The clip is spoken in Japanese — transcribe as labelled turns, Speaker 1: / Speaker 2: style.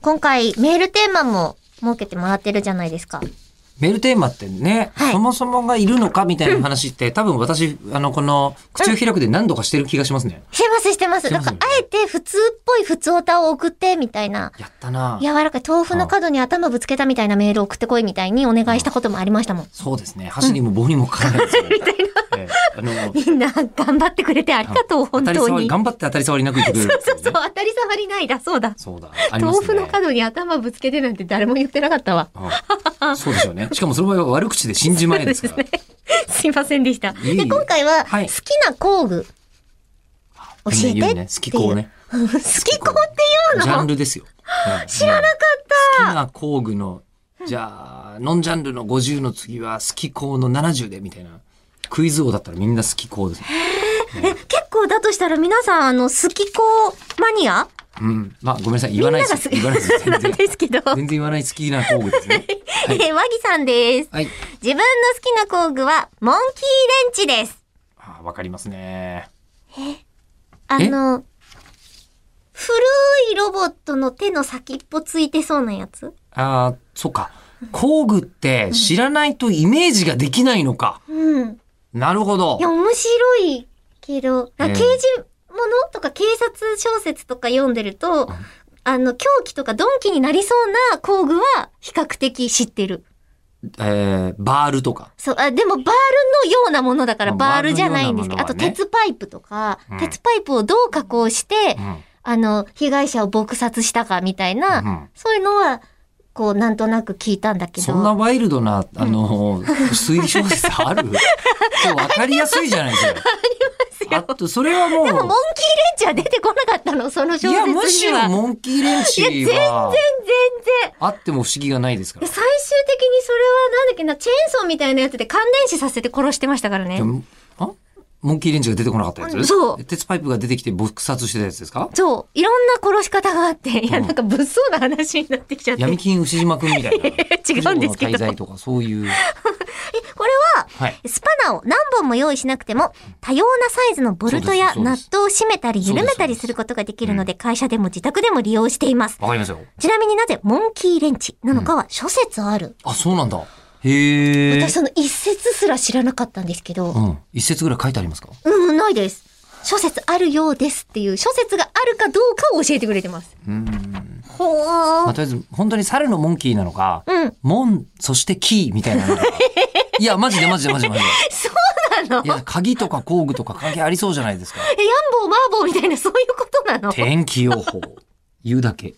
Speaker 1: 今回メールテーマも設けてもらってるじゃないですか。
Speaker 2: メールテーマってね、
Speaker 1: はい
Speaker 2: そもそもがいるのかみたいな話って、多分私、あの、この、口を開くで何度かしてる気がしますね。
Speaker 1: してますしてます。
Speaker 2: して
Speaker 1: だ
Speaker 2: ます
Speaker 1: から、あえて普通っぽい普通歌を送って、みたいな。
Speaker 2: やったな
Speaker 1: 柔らかい豆腐の角に頭ぶつけたみたいなメールを送ってこいみたいにお願いしたこともありましたもん。
Speaker 2: そうですね。箸にも棒にもかからないですよね。ええ あの、
Speaker 1: みんな頑張ってくれてありがとう、
Speaker 2: 当
Speaker 1: 本
Speaker 2: たり
Speaker 1: 当
Speaker 2: 障り、
Speaker 1: に。
Speaker 2: 頑張って当たり障りなく言ってくれる、
Speaker 1: そうそう、。当たり障りないだ、そうだ。
Speaker 2: そうだ。ありま
Speaker 1: 豆
Speaker 2: すね。
Speaker 1: 腐の角に頭ぶつけてなんて誰も言ってなかったわ。
Speaker 2: うんそうですよね。しかもその場合は悪口で新じまえですから。
Speaker 1: すいませんでした。
Speaker 2: えい
Speaker 1: で、
Speaker 2: え
Speaker 1: 今回は、
Speaker 2: は
Speaker 1: 好
Speaker 2: い
Speaker 1: きな工具、教えて
Speaker 2: いい
Speaker 1: っ
Speaker 2: ね
Speaker 1: て。
Speaker 2: 好きこうね。
Speaker 1: 好き工っていうの
Speaker 2: ジャンルですよ。知らなかった。好きな工具の、じゃあ、ノンジャンルの50の次は好き工の70でみたいな。クイズ王だったらみんな好き工です。
Speaker 1: え、結構だとしたら皆さん、あの、好き工マニア
Speaker 2: うん。まあ、ごめんなさい。言わない
Speaker 1: みんなが
Speaker 2: です。
Speaker 1: 好
Speaker 2: 言わないです。
Speaker 1: きな
Speaker 2: 全
Speaker 1: ん
Speaker 2: 然。
Speaker 1: ですけど、
Speaker 2: 全然言わない好きな工具ですね。はい
Speaker 1: え、和木さんです。
Speaker 2: はい。
Speaker 1: 自分の好きな工具は、モンキーレンチです。
Speaker 2: あーわかりますね。
Speaker 1: あ
Speaker 2: え
Speaker 1: の、古いロボットの手の先っぽついてそうなやつ
Speaker 2: ああ、そっか。工具って知らないとイメージができないのか。
Speaker 1: うん。
Speaker 2: なるほど
Speaker 1: い。や、面白いけど、な
Speaker 2: ええ
Speaker 1: 刑事ものとか警察小説とか読んでると、あの、狂気とか鈍器になりそうな工具は比較的知ってる。
Speaker 2: えー、バールとか。
Speaker 1: そう、あ、でもバールのようなものだから
Speaker 2: まあ
Speaker 1: バールじゃないんですけど、
Speaker 2: バ
Speaker 1: あ
Speaker 2: ール
Speaker 1: と
Speaker 2: のようなものはね
Speaker 1: 鉄パイプとか、
Speaker 2: うん
Speaker 1: 鉄パイプをどう加工して、
Speaker 2: うん。
Speaker 1: あの、被害者を撲殺したかみたいな、
Speaker 2: うん
Speaker 1: そういうのは、こう、なんとなく聞いたんだけど。
Speaker 2: そんなワイルドな、あの、推理小説あ るそうわかりやすいじゃないですか。あと、それはもう、
Speaker 1: でも、モンキーレンチは出てこなかったの、その小説
Speaker 2: い
Speaker 1: には。
Speaker 2: や、むしろモンキーレンチ
Speaker 1: いや全全
Speaker 2: は、
Speaker 1: 然。
Speaker 2: あっても不思議がないですから
Speaker 1: 最。終的にそれはなんだっけな、チェーンソーみたいなやつで感電死させて殺してましたからね
Speaker 2: で。もあモンキーレンチが出てこなかったや
Speaker 1: うん
Speaker 2: つ
Speaker 1: そう
Speaker 2: 鉄パイプが出てきて撲殺してたやつですか
Speaker 1: そう。いろんな殺し方があって、いや、なんか物騒な話になってきちゃって。
Speaker 2: 闇金牛島くんみたい な。
Speaker 1: 違うんですけ
Speaker 2: 不
Speaker 1: ど。
Speaker 2: 条の滞
Speaker 1: こ
Speaker 2: 在とか、そういう。
Speaker 1: れは、
Speaker 2: はい。
Speaker 1: スパナを何本も用意しなくても、多様なサイズのボルトや
Speaker 2: そうですそう
Speaker 1: ナ
Speaker 2: で
Speaker 1: ッ
Speaker 2: す
Speaker 1: トを締めたり緩めたりすることができるので、会社でも自宅でも利用しています。
Speaker 2: わかりますよ。
Speaker 1: ちなみになぜモンキーレンチなのかは諸説ある。
Speaker 2: あ、そうなんだ。へえ
Speaker 1: 私。その一説すら知らなかったんですけど、
Speaker 2: うん。一節ぐらい書いてありますか
Speaker 1: うん、ないです。諸説あるようですっていう、諸説があるかどうかを教えてくれてます。
Speaker 2: うん。
Speaker 1: ほー。
Speaker 2: まあ、とりあえず、本当に猿のモンキーなのか、
Speaker 1: うん。
Speaker 2: モン、そしてキーみたいなのが。 いや、マジでマジでマジでマジで。
Speaker 1: そうなの
Speaker 2: いや、鍵とか工具とか関係ありそうじゃないですか。
Speaker 1: え、ヤンボーマーボーみたいなそういうことなの
Speaker 2: 天気予報。言うだけ。